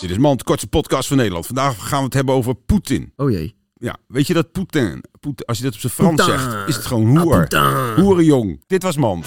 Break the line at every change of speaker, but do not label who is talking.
Dit is Mand, kortste podcast van Nederland. Vandaag gaan we het hebben over Poetin.
Oh jee.
Ja, weet je dat Poetin, Poet- als je dat op zijn Frans
Poetin.
zegt, is het gewoon hoer.
Poetin.
Hoerenjong. Dit was Mand.